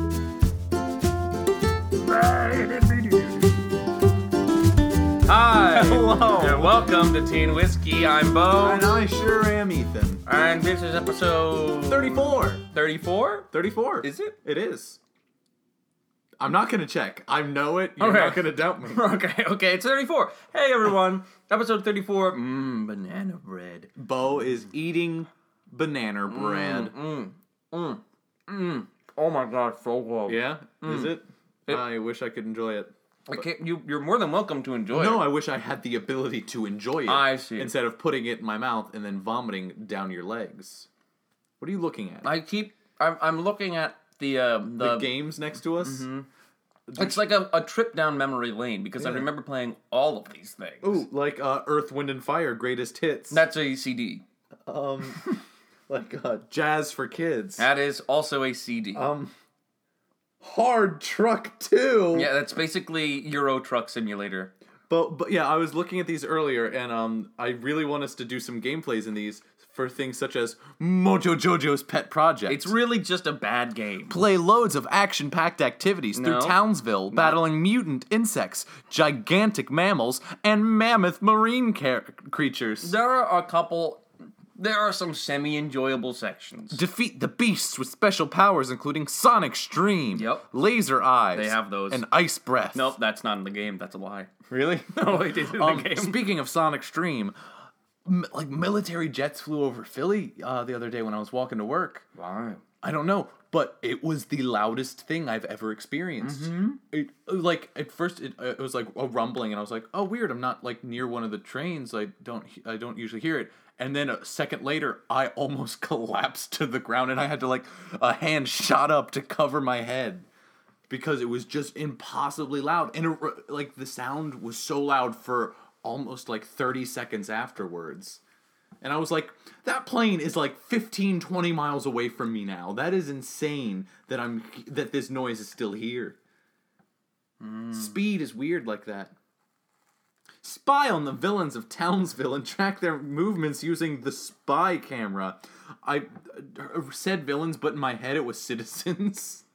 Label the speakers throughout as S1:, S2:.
S1: Hello.
S2: You're welcome to Teen Whiskey. I'm Bo.
S1: And I sure am Ethan.
S2: And this is episode
S1: 34.
S2: 34?
S1: 34.
S2: Is it?
S1: It is. I'm not going to check. I know it. You're
S2: Okay.
S1: not going to doubt me.
S2: Okay, okay, it's 34. Hey everyone, episode 34. Mmm, banana bread.
S1: Bo is eating banana bread.
S2: Mm, Oh my god, so good.
S1: Yeah? Is it? I wish I could enjoy it.
S2: I can't, you, you're more than welcome to enjoy
S1: No,
S2: it.
S1: I wish I had the ability to enjoy it.
S2: I see.
S1: Instead of putting it in my mouth and then vomiting down your legs. What are you looking at?
S2: I keep, I'm, I'm looking at the, uh, the,
S1: the Mm-hmm. games next to us?
S2: It's like a, a trip down memory lane because I
S1: Yeah.
S2: remember playing all of these things.
S1: Ooh, like uh, Earth, Wind, and Fire, Greatest Hits.
S2: That's a CD.
S1: um, like uh, Jazz for Kids.
S2: That is also a CD.
S1: Um, Hard Truck Two.
S2: yeah, that's basically Euro Truck Simulator.
S1: But but yeah, I was looking at these earlier, and um, I really want us to do some gameplays in these for things such as Mojo Jojo's Pet Project.
S2: It's really just a bad game.
S1: Play loads of action packed activities
S2: No.
S1: through Townsville, battling mutant insects, gigantic mammals, and mammoth marine car- creatures.
S2: There are a couple. There are some semi-enjoyable sections.
S1: Defeat the beasts with special powers, including Sonic Stream,
S2: Yep.
S1: Laser Eyes,
S2: They have those.
S1: and Ice Breath.
S2: Nope, that's not in the game. That's a lie.
S1: Really?
S2: No, it is in the game.
S1: Um, Speaking of Sonic Stream, m- like military jets flew over Philly uh, the other day when I was walking to work.
S2: Why?
S1: I don't know, but it was the loudest thing I've ever experienced. It, like at first, it, uh, it was like a rumbling, and I was like, "Oh, weird! I'm not like near one of the trains. I don't he- I don't usually hear it." And then a second later, I almost collapsed to the ground, and I had to like a hand shot up to cover my head because it was just impossibly loud, and it, re- like the sound was so loud for almost like 30 seconds afterwards. And I was like, that plane is like 15, 20 miles away from me now. That is insane that I'm that this noise is still here.
S2: Hmm.
S1: Speed is weird like that. Spy on the villains of Townsville and track their movements using the spy camera. I uh, said villains, but in my head it was citizens.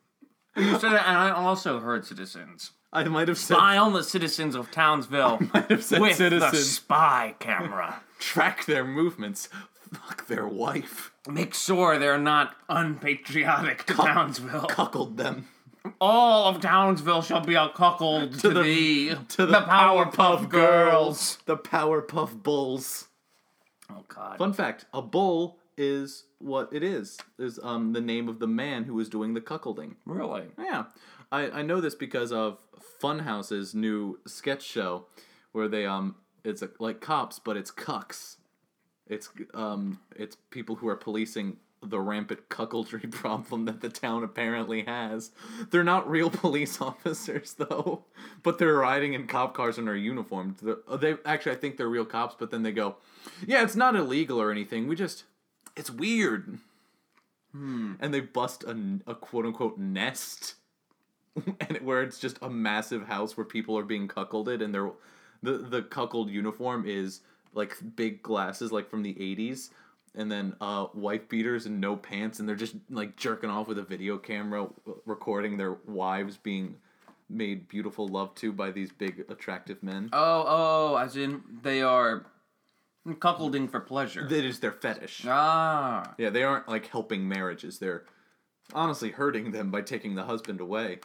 S2: You said it, and I also heard citizens.
S1: I might have said,
S2: Spy on the citizens of Townsville
S1: might have said
S2: with the
S1: citizens.
S2: spy camera.
S1: track their movements. Fuck their wife.
S2: Make sure they're not unpatriotic to Townsville.
S1: Cuckled them.
S2: All of Townsville shall be a cuckold to,
S1: the-
S2: thee,
S1: to the
S2: Powerpuff Girls.
S1: The Powerpuff Bulls.
S2: Oh God.
S1: Fun fact: a bull is what it is. Is um the name of the man who was doing the cuckolding.
S2: Really?
S1: Yeah, I I know this because of Funhouse's new sketch show, where they um it's a, like cops but it's cucks. It's um it's people who are policing the rampant cuckoldry problem that the town apparently has. They're not real police officers though, but they're riding in cop cars and are uniformed. They're- They actually I think they're real cops, but then they go, "Yeah, it's not illegal or anything. We just it's weird." And they bust a, a quote unquote nest, and it- where it's just a massive house where people are being cuckolded, and they're the the cuckold uniform is like big glasses like from the '80s, and then uh, wife beaters and no pants, and they're just like jerking off with a video camera, uh, recording their wives being made beautiful love to by these big attractive men.
S2: Oh, oh, as in they are cuckolding for pleasure.
S1: That is their fetish.
S2: ah,
S1: Yeah, they aren't like helping marriages. They're honestly hurting them by taking the husband away.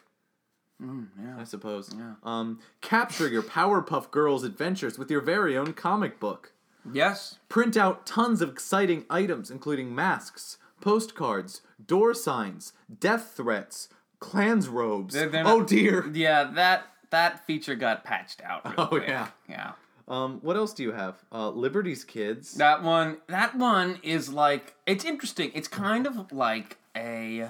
S2: Mm,
S1: I suppose. Um, capture your Powerpuff Girls adventures with your very own comic book.
S2: yes.
S1: Print out tons of exciting items, including masks, postcards, door signs, death threats, clans robes.
S2: They're- they're
S1: oh
S2: not-
S1: dear.
S2: Yeah, that that feature got patched out. real
S1: Oh,
S2: quick.
S1: yeah.
S2: yeah.
S1: Um, what else do you have? Uh, Liberty's Kids.
S2: That one, that one is like it's interesting. It's kind of like a.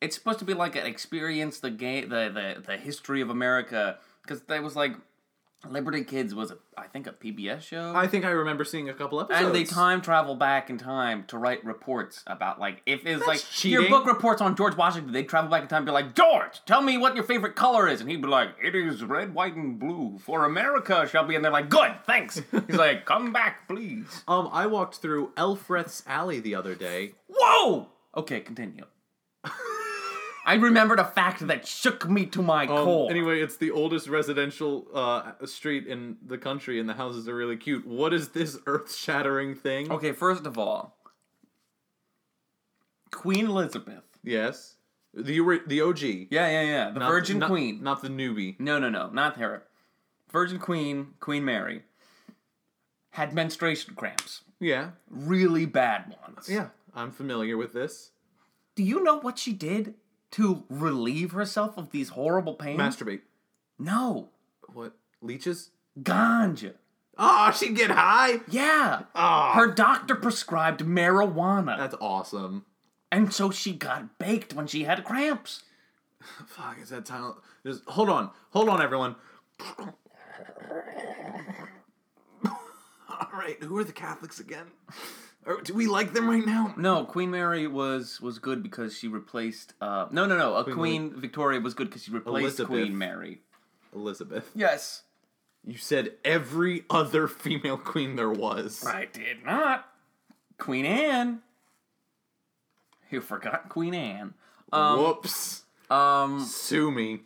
S2: It's supposed to be like an experience the game, the the the history of America, because there was like Liberty Kids was a, I think a PBS show.
S1: I think I remember seeing a couple episodes.
S2: and they time travel back in time to write reports about like if it's like your
S1: cheating.
S2: book reports on George Washington, they travel back in time and be like, George, tell me what your favorite color is, and he'd be like, It is red, white, and blue, for America shall be, and they're like, Good, thanks. He's like, Come back, please.
S1: Um, I walked through Elfreth's Alley the other day.
S2: Whoa! Okay, continue. I remembered a fact that shook me to my
S1: Um,
S2: core.
S1: Anyway, it's the oldest residential uh, street in the country, and the houses are really cute. What is this earth-shattering thing?
S2: Okay, first of all, Queen Elizabeth.
S1: Yes, the ori- the OG,
S2: Yeah, yeah, yeah. The
S1: Not-
S2: Virgin
S1: not-
S2: Queen.
S1: not the newbie.
S2: No, no, no, not her. Virgin Queen, Queen Mary, had menstruation cramps.
S1: Yeah,
S2: Really bad ones.
S1: yeah, I'm familiar with this.
S2: Do you know what she did to relieve herself of these horrible pains?
S1: Masturbate.
S2: no.
S1: What leeches?
S2: Ganja.
S1: Oh, she'd get high.
S2: Yeah.
S1: Oh,
S2: Her doctor prescribed marijuana.
S1: that's awesome.
S2: and so she got baked when she had cramps.
S1: Fuck, is that time? Just hold on, hold on, everyone. All right, who are the Catholics again? Or do we like them right now?
S2: No, Queen Mary was was good because she replaced. Uh, no, no, no. Uh, Queen, Victoria was good because she replaced
S1: Elizabeth.
S2: Queen Mary.
S1: Elizabeth.
S2: Yes,
S1: You said every other female queen there was.
S2: I did not. Queen Anne. You forgot Queen Anne.
S1: Whoops.
S2: Um.
S1: Sue me.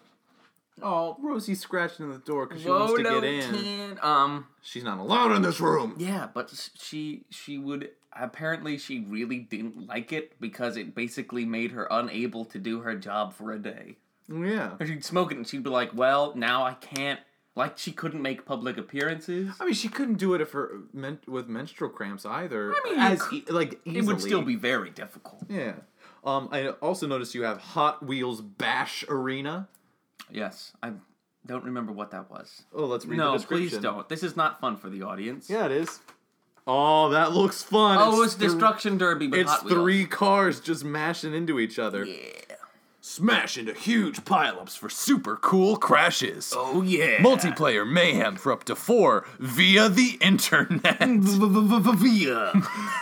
S1: Oh, Rosie scratching the door because she wants to get in.
S2: Wotan, Um.
S1: She's not allowed in this room.
S2: Yeah, but s- she she would apparently she really didn't like it because it basically made her unable to do her job for a day.
S1: Yeah.
S2: Or she'd smoke it and she'd be like, "Well, now I can't." Like she couldn't make public appearances.
S1: I mean, she couldn't do it if her men- with menstrual cramps either. I
S2: mean,
S1: as
S2: you
S1: e- like easily.
S2: It would still be very difficult.
S1: Yeah. Um, I also noticed you have Hot Wheels Bash Arena.
S2: Yes, I don't remember what that was.
S1: Oh, let's read the
S2: No,
S1: description.
S2: please don't. This is not fun for the audience.
S1: Yeah, it is. Oh, that looks fun.
S2: Oh, it's
S1: thr-
S2: Destruction Derby, but
S1: It's
S2: Hot Wheels.
S1: three cars just mashing into each other.
S2: Yeah.
S1: Smash into huge pileups for super cool crashes.
S2: Oh yeah.
S1: Multiplayer mayhem for up to four via the internet.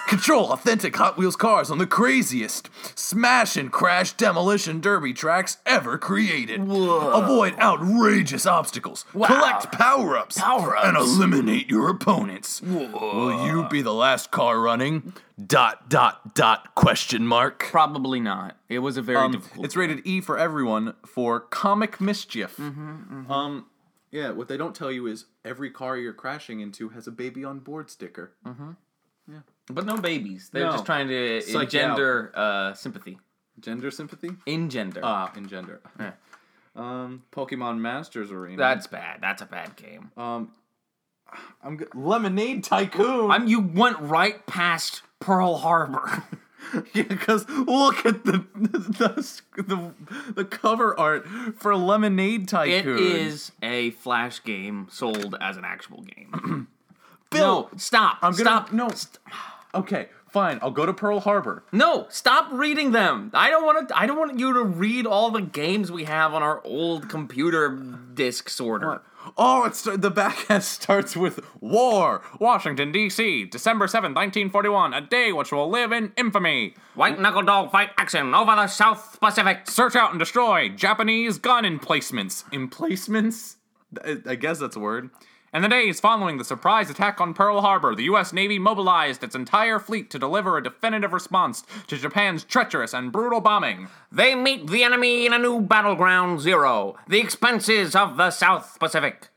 S1: Control authentic Hot Wheels cars on the craziest smash and crash demolition derby tracks ever created. Avoid outrageous obstacles, collect power ups,
S2: Power-ups.
S1: and eliminate your opponents. Will you be the last car running? Dot dot dot question mark.
S2: Probably not. It was a very
S1: Um,
S2: difficult.
S1: it's rated E for everyone for comic mischief.
S2: Mm-hmm,
S1: Um, yeah, what they don't tell you is every car you're crashing into has a baby on board sticker.
S2: but no babies. They're
S1: No.
S2: just trying to
S1: Psych you
S2: engender uh, sympathy.
S1: Gender sympathy?
S2: Engender.
S1: Ah, in gender. Um, Pokemon Masters Arena.
S2: That's bad. That's a bad game.
S1: um, I'm g- Lemonade Tycoon.
S2: I'm. You went right past Pearl Harbor.
S1: because look at the the, the the cover art for Lemonade
S2: It
S1: Tycoon.
S2: is a flash game sold as an actual game.
S1: Bill,
S2: no, stop. I'm
S1: gonna-
S2: stop.
S1: no. Okay, fine. I'll go to Pearl Harbor.
S2: No, stop reading them. I don't want to I don't want you to read all the games we have on our old computer disk sorter.
S1: Oh, it's the back end starts with war.
S3: Washington, D.C., December 7th, 1941, a day which will live in infamy.
S2: White knuckle dog fight action over the South Pacific.
S3: Search out and destroy Japanese gun emplacements.
S1: Emplacements. I I guess that's a word.
S3: In the days following the surprise attack on Pearl Harbor, the U.S. Navy mobilized its entire fleet to deliver a definitive response to Japan's treacherous and brutal bombing.
S2: They meet the enemy in a new battleground zero. The expenses of the South Pacific.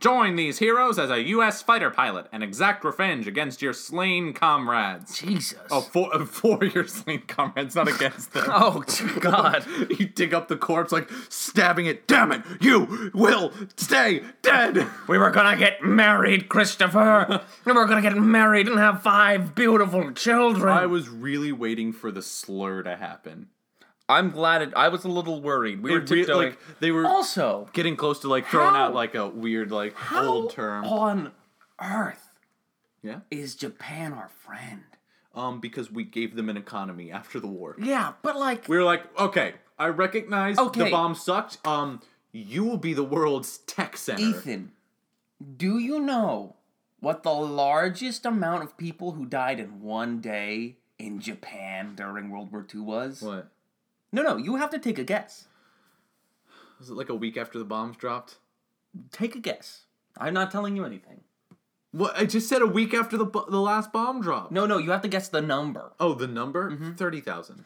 S3: Join these heroes as a U.S. fighter pilot and exact revenge against your slain comrades.
S2: Jesus.
S3: Oh, for, uh, for your slain comrades, not against them.
S2: oh God.
S1: You dig up the corpse, like stabbing it. Damn it! You will stay dead.
S2: We were gonna get married, Christopher. we were gonna get married and have five beautiful children.
S1: I was really waiting for the slur to happen.
S2: I'm glad it. I was a little worried. We were
S1: It re-
S2: tiptoeing.
S1: like they were
S2: also,
S1: getting close to like throwing
S2: How-
S1: out like a weird like
S2: how
S1: old term.
S2: on earth
S1: Yeah.
S2: is Japan our friend?
S1: Um, because we gave them an economy after the war.
S2: Yeah, but like,
S1: We were like, okay, I recognize the
S2: Okay.
S1: bomb sucked. Um, you will be the world's tech center.
S2: Ethan, do you know what the largest amount of people who died in one day in Japan during World War II was?
S1: What?
S2: No, no, you have to take a guess.
S1: Was it like a week after the bombs dropped?
S2: Take a guess. I'm not telling you anything.
S1: What? I just said a week after the bu- the last bomb drop.
S2: No, no, you have to guess the number.
S1: Mm-hmm. Oh, the number thirty thousand.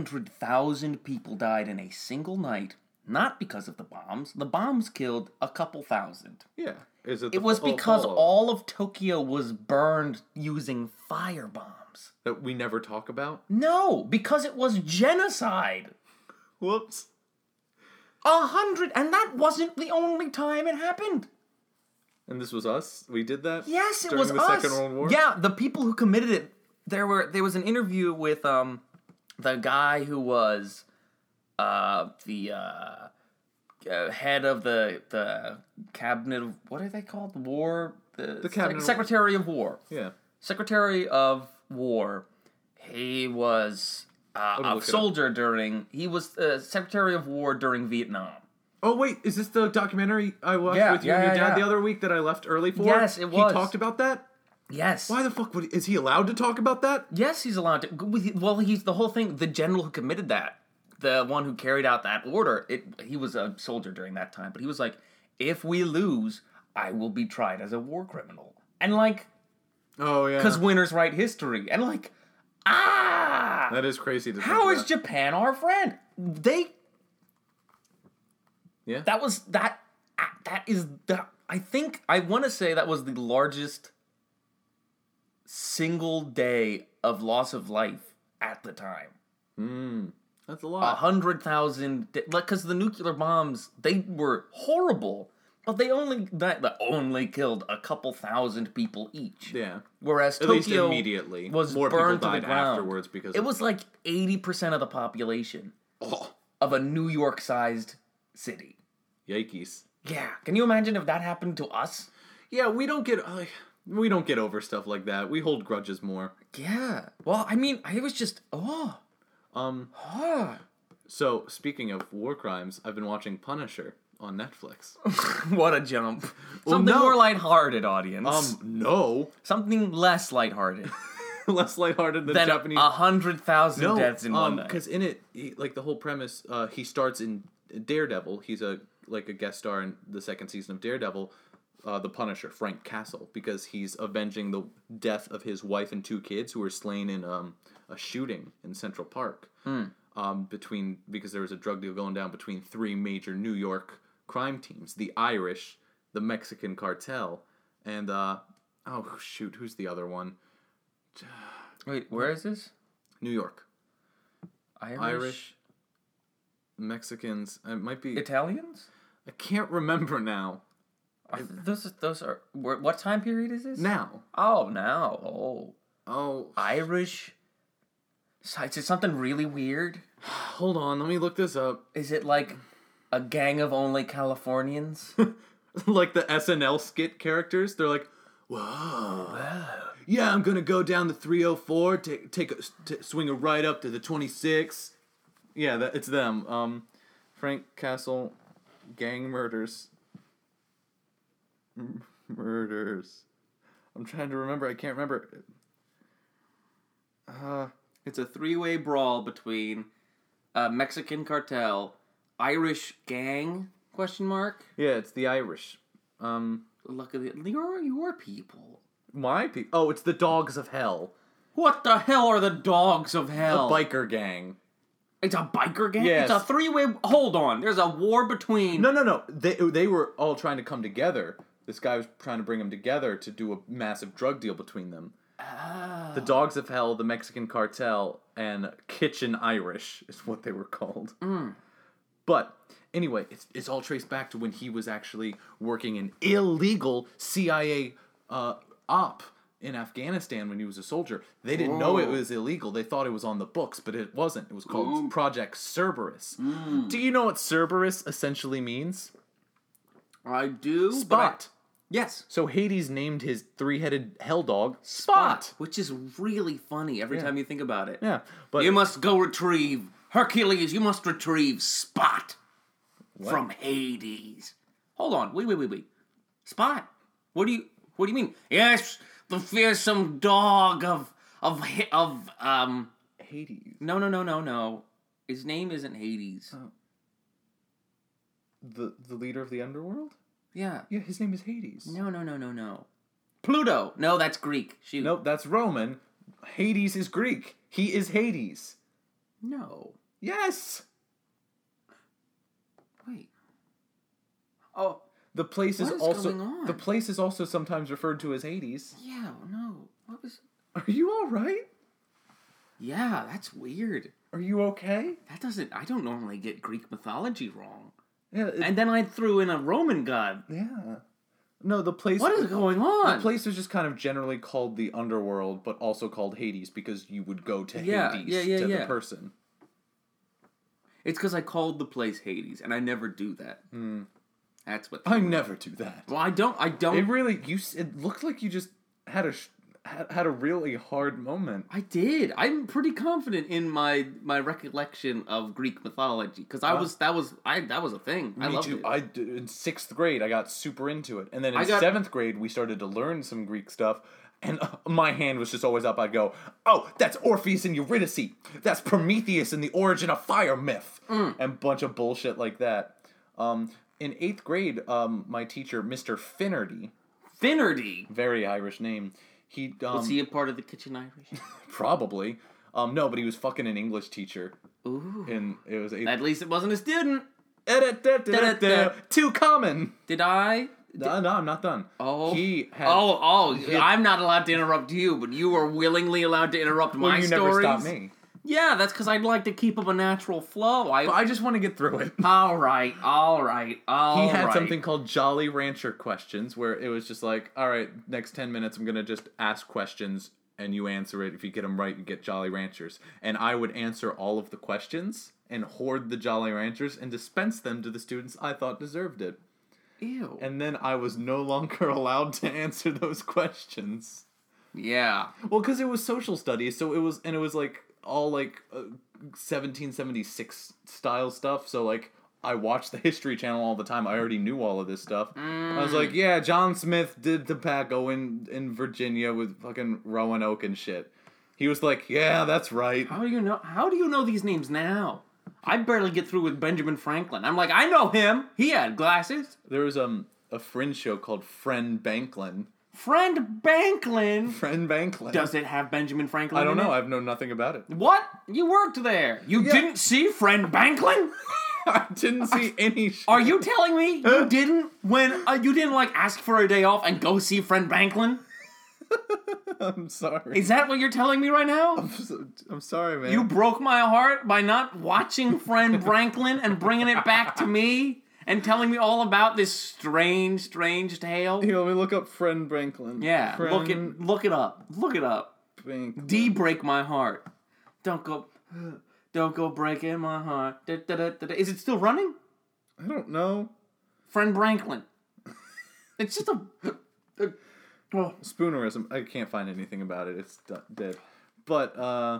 S2: 100,000 people died in a single night, not because of the bombs. The bombs killed a couple thousand.
S1: Yeah. Is it? The
S2: It was
S1: full
S2: because
S1: follow-up
S2: all of Tokyo was burned using firebombs.
S1: that we never talk about.
S2: No, because it was genocide.
S1: Whoops.
S2: A hundred, and that wasn't the only time it happened.
S1: And this was us. We did that.
S2: Yes, it
S1: during
S2: was
S1: the
S2: us.
S1: Second World War.
S2: Yeah, the people who committed it. There were there was an interview with um the guy who was uh the uh, uh head of the the cabinet of what are they called the war the, the
S1: cabinet of-
S2: secretary of war
S1: Yeah.
S2: secretary of war he was uh,
S1: look it
S2: a
S1: up.
S2: soldier during he was uh, secretary of war during Vietnam.
S1: Oh wait, is this the documentary I watched
S2: Yeah,
S1: with you
S2: yeah,
S1: and your
S2: yeah,
S1: dad
S2: yeah.
S1: the other week that I left early for?
S2: Yes, it was.
S1: He talked about that.
S2: Yes.
S1: Why the fuck would is he allowed to talk about that?
S2: Yes, he's allowed to. Well, he's the whole thing. The general who committed that, the one who carried out that order, it he was a soldier during that time. But he was like, if we lose, I will be tried as a war criminal, and like,
S1: Oh yeah,
S2: because winners write history, and like, ah,
S1: that is crazy. To
S2: how
S1: think
S2: is
S1: about.
S2: Japan our friend? They
S1: Yeah.
S2: that was that uh, that is that I think I want to say that was the largest single day of loss of life at the time.
S1: Hmm. That's a
S2: a
S1: lot.
S2: hundred thousand de- like because the nuclear bombs they were horrible but they only that, that only killed a couple thousand people each
S1: yeah.
S2: whereas
S1: At
S2: Tokyo
S1: least immediately.
S2: was
S1: More
S2: burned
S1: people
S2: to
S1: died
S2: the ground
S1: afterwards because
S2: it
S1: of-
S2: was like 80% of the population
S1: Oh,
S2: of a new york sized city
S1: yikes.
S2: yeah can you imagine if that happened to us
S1: Yeah, we don't get like we don't get over stuff like that. We hold grudges more.
S2: yeah well i mean i was just oh
S1: Um.
S2: ah.
S1: So speaking of war crimes, I've been watching Punisher on Netflix.
S2: what a jump something
S1: no.
S2: more lighthearted audience
S1: Um. No,
S2: something less lighthearted
S1: less lighthearted than,
S2: than
S1: Japanese.
S2: a hundred thousand
S1: no,
S2: deaths in one night.
S1: Because um, in it, he, like the whole premise, uh, he starts in Daredevil. He's a like a guest star in the second season of Daredevil, uh, the Punisher, Frank Castle, because he's avenging the death of his wife and two kids who were slain in um, a shooting in Central Park. Um, between because there was a drug deal going down between three major New York crime teams: the Irish, the Mexican cartel, and uh, oh shoot, who's the other one?
S2: Wait, where is this?
S1: New York.
S2: Irish,
S1: Irish, Mexicans. It might be.
S2: Italians?
S1: I can't remember now.
S2: Are, those those are where, what time period is this?
S1: Now.
S2: Oh, now. Oh,
S1: Oh,
S2: Irish. So- Is it something really weird?
S1: hold on. Let me look this up.
S2: Is it like a gang of only Californians?
S1: like the SNL skit characters, they're like, "Whoa, yeah, I'm gonna go down the 304, take take a t- swing a right up to the 26." Yeah, that it's them. Um, Frank Castle, gang murders, M- murders. I'm trying to remember. I can't remember. Uh,
S2: it's a three-way brawl between a Mexican cartel, Irish gang question mark.
S1: yeah, it's the Irish. Um.
S2: Look at it. You're your people.
S1: My people. Oh, it's the Dogs of Hell,
S2: What the hell are the dogs of hell?
S1: a biker gang.
S2: It's a biker gang.
S1: Yes.
S2: It's a three-way. Hold on. There's a war between.
S1: No, no, no. They they were all trying to come together. This guy was trying to bring them together to do a massive drug deal between them. The Dogs of Hell, the Mexican cartel, and Kitchen Irish is what they were called. But anyway, it's, it's all traced back to when he was actually working an illegal CIA uh, op in Afghanistan when he was a soldier. They didn't know it was illegal. They thought it was on the books, but it wasn't. It was called Project Cerberus. Do you know what Cerberus essentially means?
S2: I do. but I-
S1: Spot.
S2: yes.
S1: So Hades named his three-headed hell dog Spot.
S2: Spot. Which is really funny every time you think about it.
S1: Yeah, but
S2: You must go retrieve Hercules. You must retrieve Spot from Hades. Hold on. Wait, wait, wait, wait. Spot. What do you? What do you mean? Yes, the fearsome dog of of H- of um.
S1: Hades,
S2: No, no, no, no, no. His name isn't Hades.
S1: the the leader of the underworld.
S2: Yeah.
S1: Yeah, his name is Hades.
S2: No, no, no, no, no. Pluto. No, that's Greek. Shoot.
S1: Nope, that's Roman. Hades is Greek. He is Hades. No. Yes.
S2: Wait.
S1: Oh, the place is
S2: What is
S1: also
S2: going on?
S1: the place is also sometimes referred to as Hades.
S2: Yeah, no. What was.
S1: Are you all right?
S2: Yeah, that's weird.
S1: Are you okay?
S2: That doesn't. I don't normally get Greek mythology wrong.
S1: Yeah. it-
S2: And then I threw in a Roman god.
S1: yeah. No, the place.
S2: What is going on?
S1: The place is just kind of generally called the underworld, but also called Hades because you would go to
S2: Yeah,
S1: Hades
S2: yeah, yeah,
S1: to
S2: yeah.
S1: the person.
S2: It's because I called the place Hades, and I never do that. That's what.
S1: I never do that.
S2: Hmm. well, I don't. I don't.
S1: It really you. s- It looked like you just had a sh- had, had a really hard moment.
S2: I did. I'm pretty confident in my my recollection of Greek mythology because I was that was I that was a thing. I
S1: Me
S2: loved
S1: too.
S2: it.
S1: I d- in sixth grade I got super into it, and then in
S2: I got-
S1: seventh grade we started to learn some Greek stuff. And uh, my hand was just always up. I'd go, "Oh, that's Orpheus and Eurydice. That's Prometheus and the origin of fire myth,
S2: Mm.
S1: and bunch of bullshit like that." Um, in eighth grade, um, my teacher, Mister Finnerty,
S2: Finnerty.
S1: very Irish name, he um,
S2: Was he a part of the Kitchen Irish?
S1: probably um, no, but he was fucking an English teacher,
S2: Ooh.
S1: and it was eighth
S2: At least it wasn't a student.
S1: Da-da-da-da-da-da. Too common.
S2: Did I?
S1: No, no, I'm not done.
S2: Oh.
S1: he had.
S2: Oh, oh! I'm not allowed to interrupt you, but you are willingly allowed to interrupt
S1: Well,
S2: my
S1: you
S2: stories.
S1: never stop me.
S2: Yeah, that's because I'd like to keep up a natural flow. I.
S1: But I just want to get through it.
S2: all right, all right, all
S1: he had
S2: right.
S1: something called Jolly Rancher questions, where it was just like, all right, next ten minutes, I'm gonna just ask questions and you answer it. If you get them right, you get Jolly Ranchers. And I would answer all of the questions and hoard the Jolly Ranchers and dispense them to the students I thought deserved it.
S2: Ew.
S1: And then I was no longer allowed to answer those questions.
S2: yeah.
S1: Well, because it was social studies, so it was, and it was like all like uh, 1776 style stuff. So like, I watched the History Channel all the time. I already knew all of this stuff. I was
S2: Mm.
S1: like, yeah, John Smith did tobacco in in Virginia with fucking Roanoke and shit. He was like, yeah, that's right.
S2: How do you know? How do you know these names now? I barely get through with Benjamin Franklin. I'm like, I know him. He had glasses.
S1: There was um a fringe show called Friend Banklin.
S2: Friend Banklin.
S1: Friend Banklin.
S2: Does it have Benjamin Franklin?
S1: I don't
S2: in
S1: know.
S2: it?
S1: I've known nothing about it.
S2: What? You worked there. You didn't see Friend Banklin?
S1: I didn't see any. Sh-
S2: Are you telling me you didn't when uh, you didn't like ask for a day off and go see Friend Banklin?
S1: I'm sorry.
S2: Is that what you're telling me right now?
S1: I'm sorry, man.
S2: You broke my heart by not watching Friend Franklin and bringing it back to me and telling me all about this strange, strange tale.
S1: Here, let me look up Friend Banklin.
S2: Yeah,
S1: Friend
S2: look it, look it up, look it up.
S1: Bank.
S2: D break my heart. Don't go, don't go breaking my heart. Da, da, da, da, da. Is it still running?
S1: I don't know.
S2: Friend Branklin. It's just a. a- oh,
S1: Spoonerism. I can't find anything about it. It's d- dead. But uh,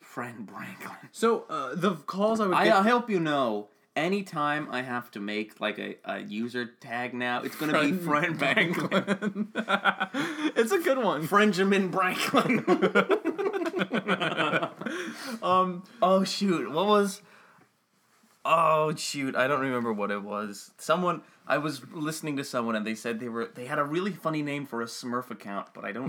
S2: friend Branklin.
S1: so uh, the calls I would
S2: I,
S1: get.
S2: I'll help you know. Anytime I have to make like a, a user tag now, it's gonna be Friend Branklin.
S1: uh, it's a good one.
S2: Benjamin Branklin.
S1: Um,
S2: Oh shoot, what was Oh shoot, I don't remember what it was. Someone I was listening to someone and they said they were they had a really funny name for a Smurf account, but I don't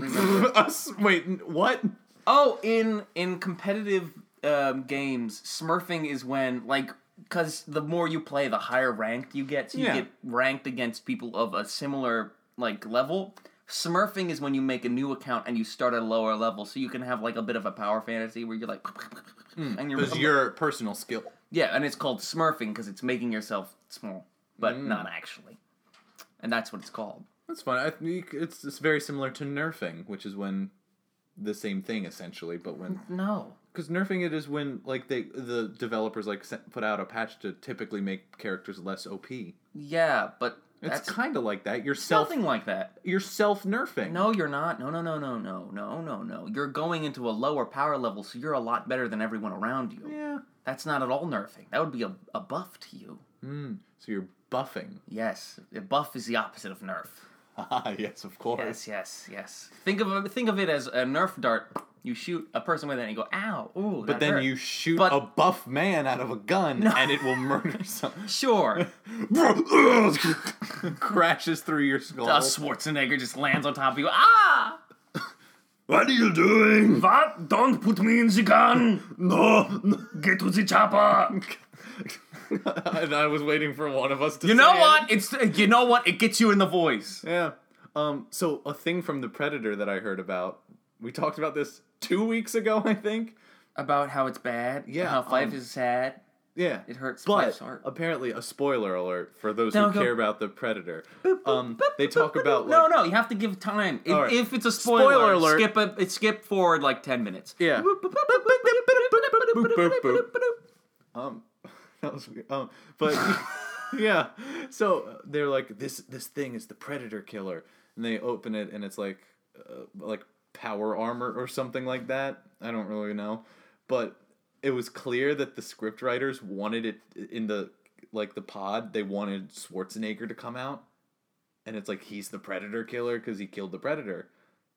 S2: remember.
S1: us. Wait, n- what?
S2: oh, in in competitive um, games, smurfing is when like cuz the more you play, the higher ranked you get. So you
S1: Yeah.
S2: get ranked against people of a similar like level. Smurfing is when you make a new account and you start at a lower level, so you can have like a bit of a power fantasy where you're like, and you're
S1: Is Hmm. your personal skill?
S2: yeah, and it's called smurfing because it's making yourself small, but
S1: Hmm.
S2: not actually. And that's what it's called.
S1: That's fine. I think it's it's very similar to nerfing, which is when the same thing essentially, but when
S2: No.
S1: because nerfing it is when like they the developers like sent, put out a patch to typically make characters less OP. It's
S2: Yeah, but that's
S1: kind of like that. You're self
S2: something like that.
S1: you're self nerfing.
S2: No, you're not. No, no, no, no, no, no, no, no. You're going into a lower power level, so you're a lot better than everyone around you.
S1: Yeah.
S2: That's not at all nerfing. That would be a, a buff to you.
S1: So you're buffing.
S2: Yes, a buff is the opposite of nerf.
S1: Ah, yes, of course.
S2: Yes, yes, yes. Think of think of it as a nerf dart. You shoot a person with it and you go, ow, ooh.
S1: But then you shoot
S2: But-
S1: a buff man out of a gun, and it will murder some.
S2: sure.
S1: crashes through your skull.
S2: A Schwarzenegger just lands on top of you. Ah!
S4: What are you doing?
S2: What? Ah, Don't put me in the gun!
S4: No, no.
S2: Get to the chopper!
S1: and I was waiting for one of us to.
S2: You know
S1: say it.
S2: what? It's you know what? It gets you in the voice.
S1: Yeah. Um. So a thing from the Predator that I heard about. We talked about this two weeks ago, I think.
S2: About how it's bad.
S1: Yeah,
S2: How Fife
S1: um,
S2: is sad.
S1: Yeah.
S2: It hurts
S1: But
S2: Fife's heart.
S1: apparently, a spoiler alert for those
S2: Don't
S1: who
S2: go-
S1: care about the Predator. Um. They talk about
S2: no,
S1: like,
S2: no. You have to give time. If,
S1: All right.
S2: if it's a spoiler,
S1: Spoiler alert.
S2: skip a it- skip forward like ten minutes.
S1: Yeah. boop, boop. Um, that was weird. Um, but yeah, so uh, they're like, this this thing is the predator killer, and they open it, and it's like, uh, like power armor or something like that. I don't really know, but it was clear that the script writers wanted it in the like the pod. They wanted Schwarzenegger to come out, and it's like he's the predator killer because he killed the predator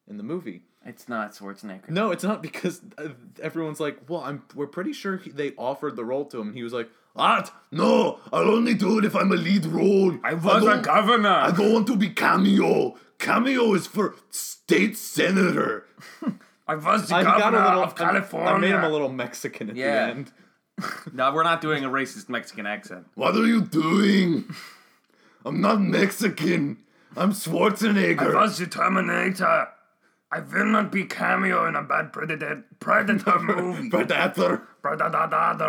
S1: in the movie.
S2: It's not Schwarzenegger.
S1: No, it's not because uh, everyone's like, well, I'm. We're pretty sure he, they offered the role to him. And he was like,
S4: Art, no, I'll only do it if I'm a lead role. don't-
S2: governor.
S4: I don't want to be cameo. Cameo is for state senator.
S2: I was the
S1: I got a little. I, I made him a little Mexican at
S2: Yeah.
S1: the end.
S2: No, we're not doing a racist Mexican accent.
S4: What are you doing? I'm not Mexican. I'm Schwarzenegger.
S5: the Terminator. I will not be cameo in a bad predator predator movie.
S4: Predator.
S5: Predator.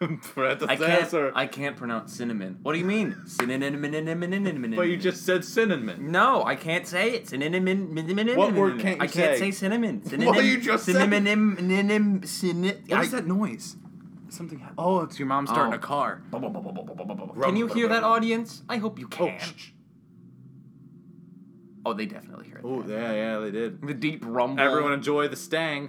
S2: I can't.
S1: Predecessor.
S2: I can't pronounce cinnamon. What do you mean? Cinnamon.
S1: But you just said cinnamon.
S2: No, I can't say it. Cinnamon.
S1: What word can't you
S2: I can't
S1: say?
S2: say cinnamon. Cinnamon.
S4: you just said?
S2: cinnamon, Cinnamon. Cinnamon.
S3: What
S2: I-
S3: is that noise? Something. hap- Oh, it's your mom starting a car.
S2: Can you hear
S3: Oh,
S2: that, audience? I hope you can. Oh, they definitely heard
S1: Oh
S2: that.
S1: yeah, yeah, they did.
S2: The deep rumble.
S1: Everyone enjoy the Stang.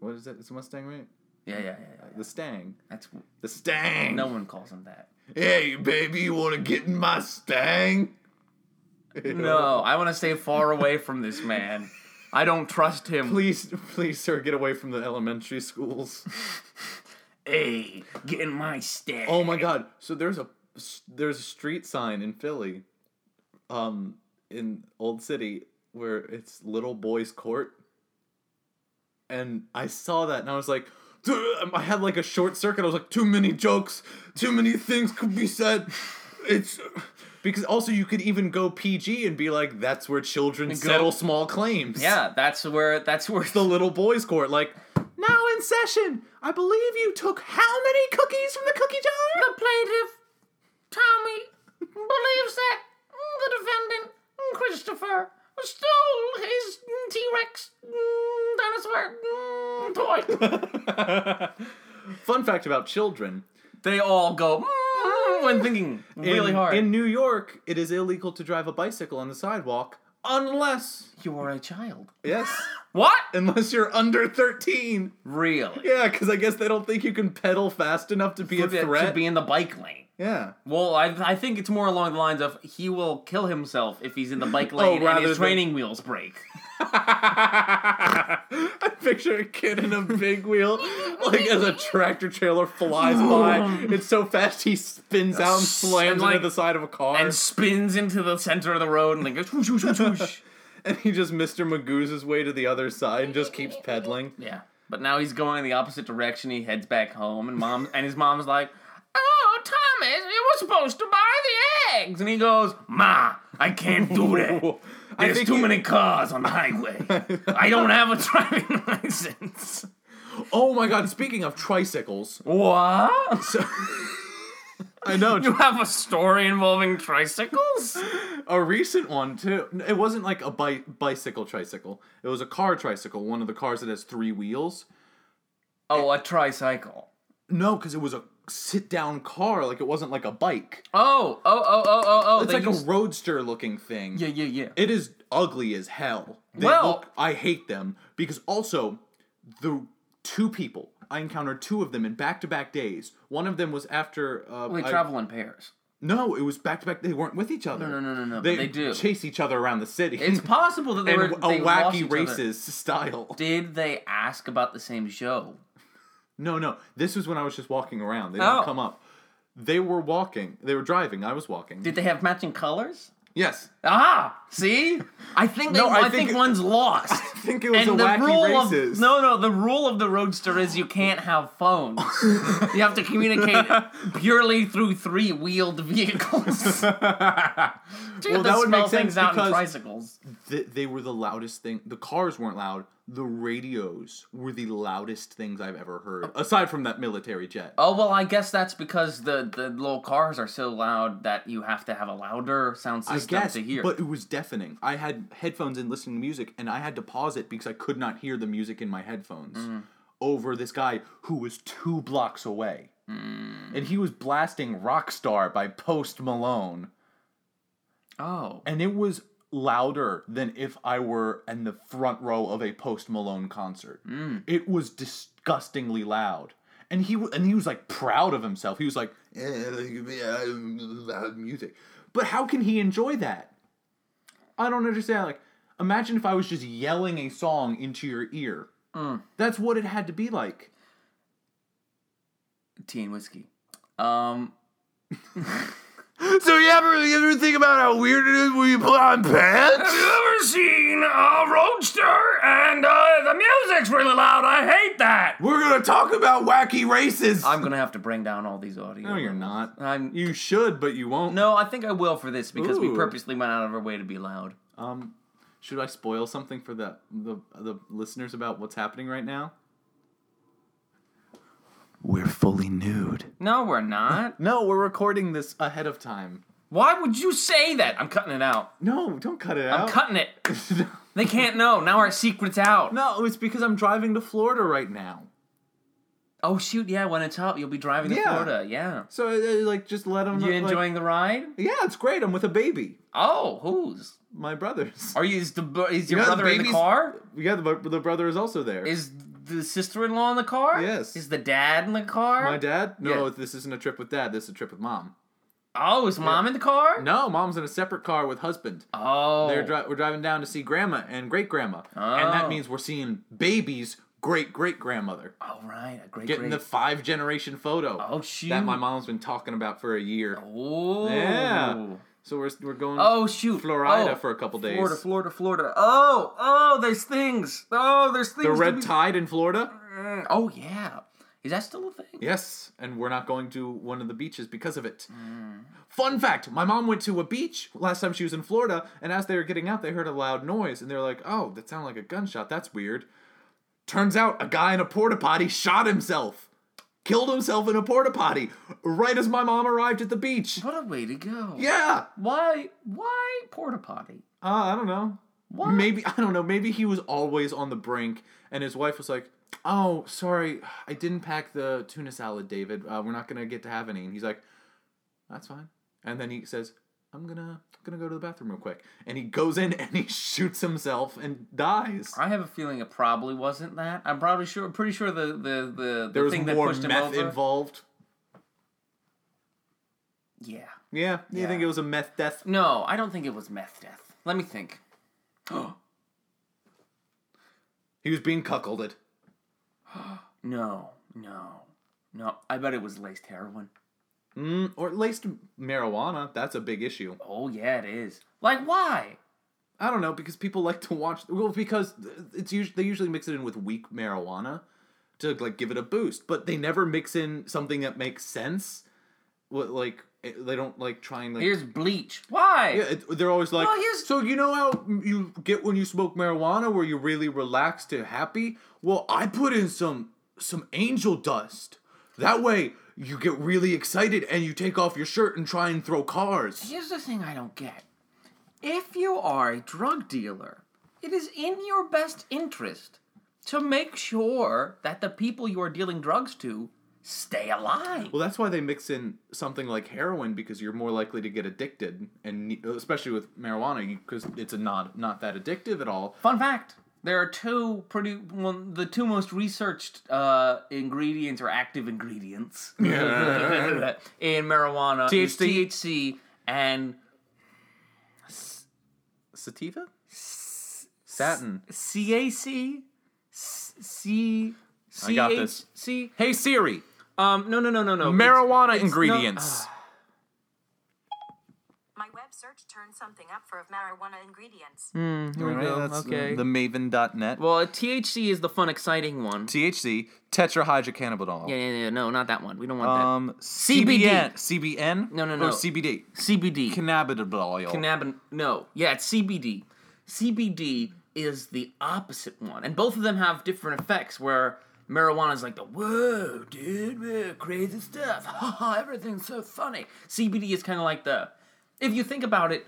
S1: What is it? It's Mustang, right?
S2: Yeah, yeah, yeah. yeah.
S1: The Stang.
S2: That's
S1: The Stang.
S2: no one calls them that.
S4: Hey, baby, you wanna get in my stang?
S2: No, I want to stay far away from this man. I don't trust him.
S1: Please, please, sir, get away from the elementary schools.
S2: Hey, get in my step.
S1: Oh my god! So there's a there's a street sign in Philly, um, in Old City where it's Little Boys Court, and I saw that and I was like, "Duh," I had like a short circuit. I was like, too many jokes, too many things could be said. It's because also you could even go PG and be like, that's where children settle small claims.
S2: Yeah, that's where that's where
S1: The Little Boys Court, like. Now in session, I believe you took how many cookies from the cookie jar?
S2: plaintiff Tommy believes that the defendant Christopher stole his T Rex dinosaur mm, toy.
S1: Fun fact about children.
S2: They all go "Mm," when thinking really
S1: in,
S2: hard.
S1: In New York, it is illegal to drive a bicycle on the sidewalk unless
S2: you are a child.
S1: yes,
S2: What?
S1: unless you're under 13.
S2: Really?
S1: Yeah, cuz I guess they don't think you can pedal fast enough to be a
S2: To- To
S1: threat.
S2: be in the bike lane.
S1: yeah.
S2: Well, I, I think it's more along the lines of he will kill himself if he's in the bike lane and
S1: Oh, rather
S2: his
S1: than-
S2: training wheels break.
S1: I picture a kid in a big wheel like as a tractor trailer flies by. It's so fast he spins out and slams
S2: And, like-
S1: into the side of a car.
S2: And spins into the center of the road and like goes whoosh, whoosh, whoosh, whoosh.
S1: and he just Mr. Magoo's his way to the other side and just keeps pedaling.
S2: Yeah. But now he's going in the opposite direction. He heads back home and mom and his mom's like, "Oh, Thomas, you were supposed to buy the eggs." And he goes, "Ma, I can't do that. There's
S1: think
S2: too
S1: he-
S2: many cars on the highway. I don't have a driving license."
S1: Oh my god, speaking of tricycles.
S2: What?
S1: I know.
S2: You have a story involving tricycles?
S1: a recent one too. N- It wasn't like a bi- bicycle tricycle. It was a car tricycle, one of the cars that has three wheels.
S2: Oh, a tricycle.
S1: No, because it was a sit-down car. Like it wasn't like a bike.
S2: Oh, oh, oh, oh, oh, oh.
S1: It's
S2: they
S1: like
S2: used-
S1: a roadster-looking thing.
S2: yeah, yeah, yeah.
S1: It is ugly as hell. They
S2: Well-
S1: look, I hate them because also the two people I encountered two of them in back-to-back days. One of them was after uh,
S2: Well, they
S1: I-
S2: travel in pairs.
S1: No, it was back-to-back. They weren't with each other.
S2: No, no, no, no, but
S1: They,
S2: they do.
S1: chase each other around the city.
S2: It's possible that they
S1: in
S2: were they
S1: a
S2: lost
S1: oh, wacky
S2: each other.
S1: races style.
S2: Did they ask about the same show?
S1: No, no. This was when I was just walking around. They didn't
S2: Oh.
S1: come up. They were walking. They were driving. I was walking.
S2: Did they have matching colors?
S1: Yes.
S2: Ah, see, I think they-
S1: No,
S2: I,
S1: I
S2: think,
S1: think-
S2: one's lost.
S1: I think it was
S2: and
S1: a
S2: the
S1: wacky
S2: rule
S1: races.
S2: of no, no, the rule of the roadster is you can't have phones. you have to communicate purely through three-wheeled vehicles. well,
S1: Well, that would make sense
S2: things out in
S1: because-
S2: tricycles.
S1: Th- they were the loudest thing. The cars weren't loud. The radios were the loudest things I've ever heard, aside from that military jet.
S2: Oh well, I guess that's because the the little cars are so loud that you have to have a louder sound
S1: I
S2: system
S1: guess,
S2: to hear.
S1: but it was deafening. I had headphones in listening to music, and I had to pause it because I could not hear the music in my headphones
S2: Mm.
S1: over this guy who was two blocks away,
S2: Mm.
S1: and he was blasting "Rockstar" by Post Malone,
S2: oh,
S1: and it was louder than if I were in the front row of a Post Malone concert. It was disgustingly loud. And he w- and he was like proud of himself. He was like, "Eh, like, yeah, loud music. But how can he enjoy that? I don't understand. Like, imagine if I was just yelling a song into your ear. That's what it had to be like.
S2: tea and whiskey. Um,
S4: So you ever you ever think about how weird it is when you put on pants?
S5: Ever seen a roadster and uh, the music's really loud? I hate that.
S4: We're gonna talk about wacky races.
S2: I'm gonna have to bring down all these audio.
S1: No, you're not.
S2: I'm
S1: You should, but you won't.
S2: No, I think I will for this because we
S1: Ooh.
S2: purposely went out of our way to be loud.
S1: Um, should I spoil something for the the the listeners about what's happening right now? We're fully nude.
S2: No, we're not.
S1: No, we're recording this ahead of time.
S2: Why would you say that? I'm cutting it out.
S1: No, don't cut it
S2: I'm
S1: out.
S2: cutting it. They can't know. Now our secret's out.
S1: no, it's because I'm driving to Florida right now.
S2: Oh shoot, yeah, when it's up, you'll be driving to
S1: Yeah.
S2: Florida. Yeah.
S1: So uh, like, just let them.
S2: You enjoying the ride?
S1: yeah, it's great. I'm with a baby.
S2: Oh, who's?
S1: My brothers.
S2: Are you is the bro- is your
S1: got the
S2: brother in the
S1: babies?
S2: car?
S1: Yeah, the, bro- the brother is also there.
S2: Is the sister-in-law in the car?
S1: Yes.
S2: Is the dad in the car?
S1: my dad? No,
S2: Yeah.
S1: this isn't a trip with dad. This is a trip with mom.
S2: Oh, is mom in the car?
S1: No, mom's in a separate car with husband.
S2: Oh.
S1: They're dri- we're driving down to see grandma and great grandma, and
S2: Oh.
S1: that means we're seeing baby's great great grandmother
S2: oh right, a great
S1: getting
S2: great.
S1: the five generation photo.
S2: Oh shoot.
S1: that my mom's been talking about for a year.
S2: Ooh.
S1: Yeah. So we're we're going
S2: Oh shoot,
S1: Florida
S2: Oh,
S1: for a couple days.
S2: Florida, Florida, Florida. Oh, oh, there's things. Oh, there's things.
S1: the
S2: to
S1: red
S2: be-
S1: tide in Florida.
S2: Oh yeah, is that still a thing?
S1: Yes, and we're not going to one of the beaches because of it. Fun fact my mom went to a beach last time she was in Florida, and as they were getting out, they heard a loud noise, and they're like, oh, that sounded like a gunshot. That's weird. Turns out a guy in a porta potty shot himself, killed himself in a porta potty right as my mom arrived at the beach.
S2: What a way to go.
S1: Yeah,
S2: Why? Why porta potty?
S1: uh, I don't know.
S2: Why?
S1: Maybe, I don't know, maybe he was always on the brink, and his wife was like, Oh, sorry, I didn't pack the tuna salad, David. Uh, we're not gonna get to have any. And he's like, That's fine. And then he says, I'm gonna gonna go to the bathroom real quick. And he goes in and he shoots himself and dies.
S2: I have a feeling it probably wasn't that. I'm probably sure. Pretty sure the the the,
S1: There
S2: the
S1: was
S2: thing that
S1: more
S2: pushed him
S1: meth
S2: over.
S1: involved.
S2: yeah.
S1: Yeah, you
S2: Yeah.
S1: think it was a meth death?
S2: No, I don't think it was meth death. Let me think.
S1: He was being cuckolded.
S2: No, no, no. I bet it was laced heroin.
S1: Mm, or at least marijuana. That's a big issue.
S2: Oh yeah, it is. Like why?
S1: I don't know because people like to watch. Well, because it's usually they usually mix it in with weak marijuana to like give it a boost, but they never mix in something that makes sense. What like it- they don't like trying like.
S2: Here's bleach. Why?
S1: yeah, it, they're always like,
S2: Well, here's-
S1: so you know how you get when you smoke marijuana, where you're really relaxed and happy. Well, I put in some some angel dust. That way, you get really excited and you take off your shirt and try and throw cars.
S2: Here's the thing I don't get. If you are a drug dealer, it is in your best interest to make sure that the people you are dealing drugs to stay alive.
S1: Well, that's why they mix in something like heroin because you're more likely to get addicted, and ne- especially with marijuana because it's a not not that addictive at all.
S2: Fun fact there are two pretty, one, the two most researched uh, ingredients or active ingredients in marijuana is
S1: THC.
S2: THC and
S1: Sativa, satin.
S2: CAC. C.
S3: I got this.
S2: CHC?
S3: Hey Siri,
S2: Um, no, no, no, no, no. It's-
S3: marijuana
S1: Ah,
S2: it's not-
S3: ingredients.
S6: My website search turn something up for marijuana ingredients.
S2: Here we go. okay.
S1: The maven.net.
S2: well, THC is the fun, exciting one.
S1: THC, tetrahydrocannabinol.
S2: yeah, yeah, yeah. No, not that one. We don't want
S1: Um,
S2: CBD.
S1: CBN. CBN?
S2: No, no,
S1: Or
S2: no.
S1: CBD.
S2: that. CBD.
S1: Cannabidiol.
S2: Cannabin. No. Yeah, it's CBD. CBD is the opposite one, and both of them have different effects. Where marijuana is like the whoa, dude, whoa, crazy stuff. Ha ha, everything's so funny. CBD is kind of like the. If you think about it,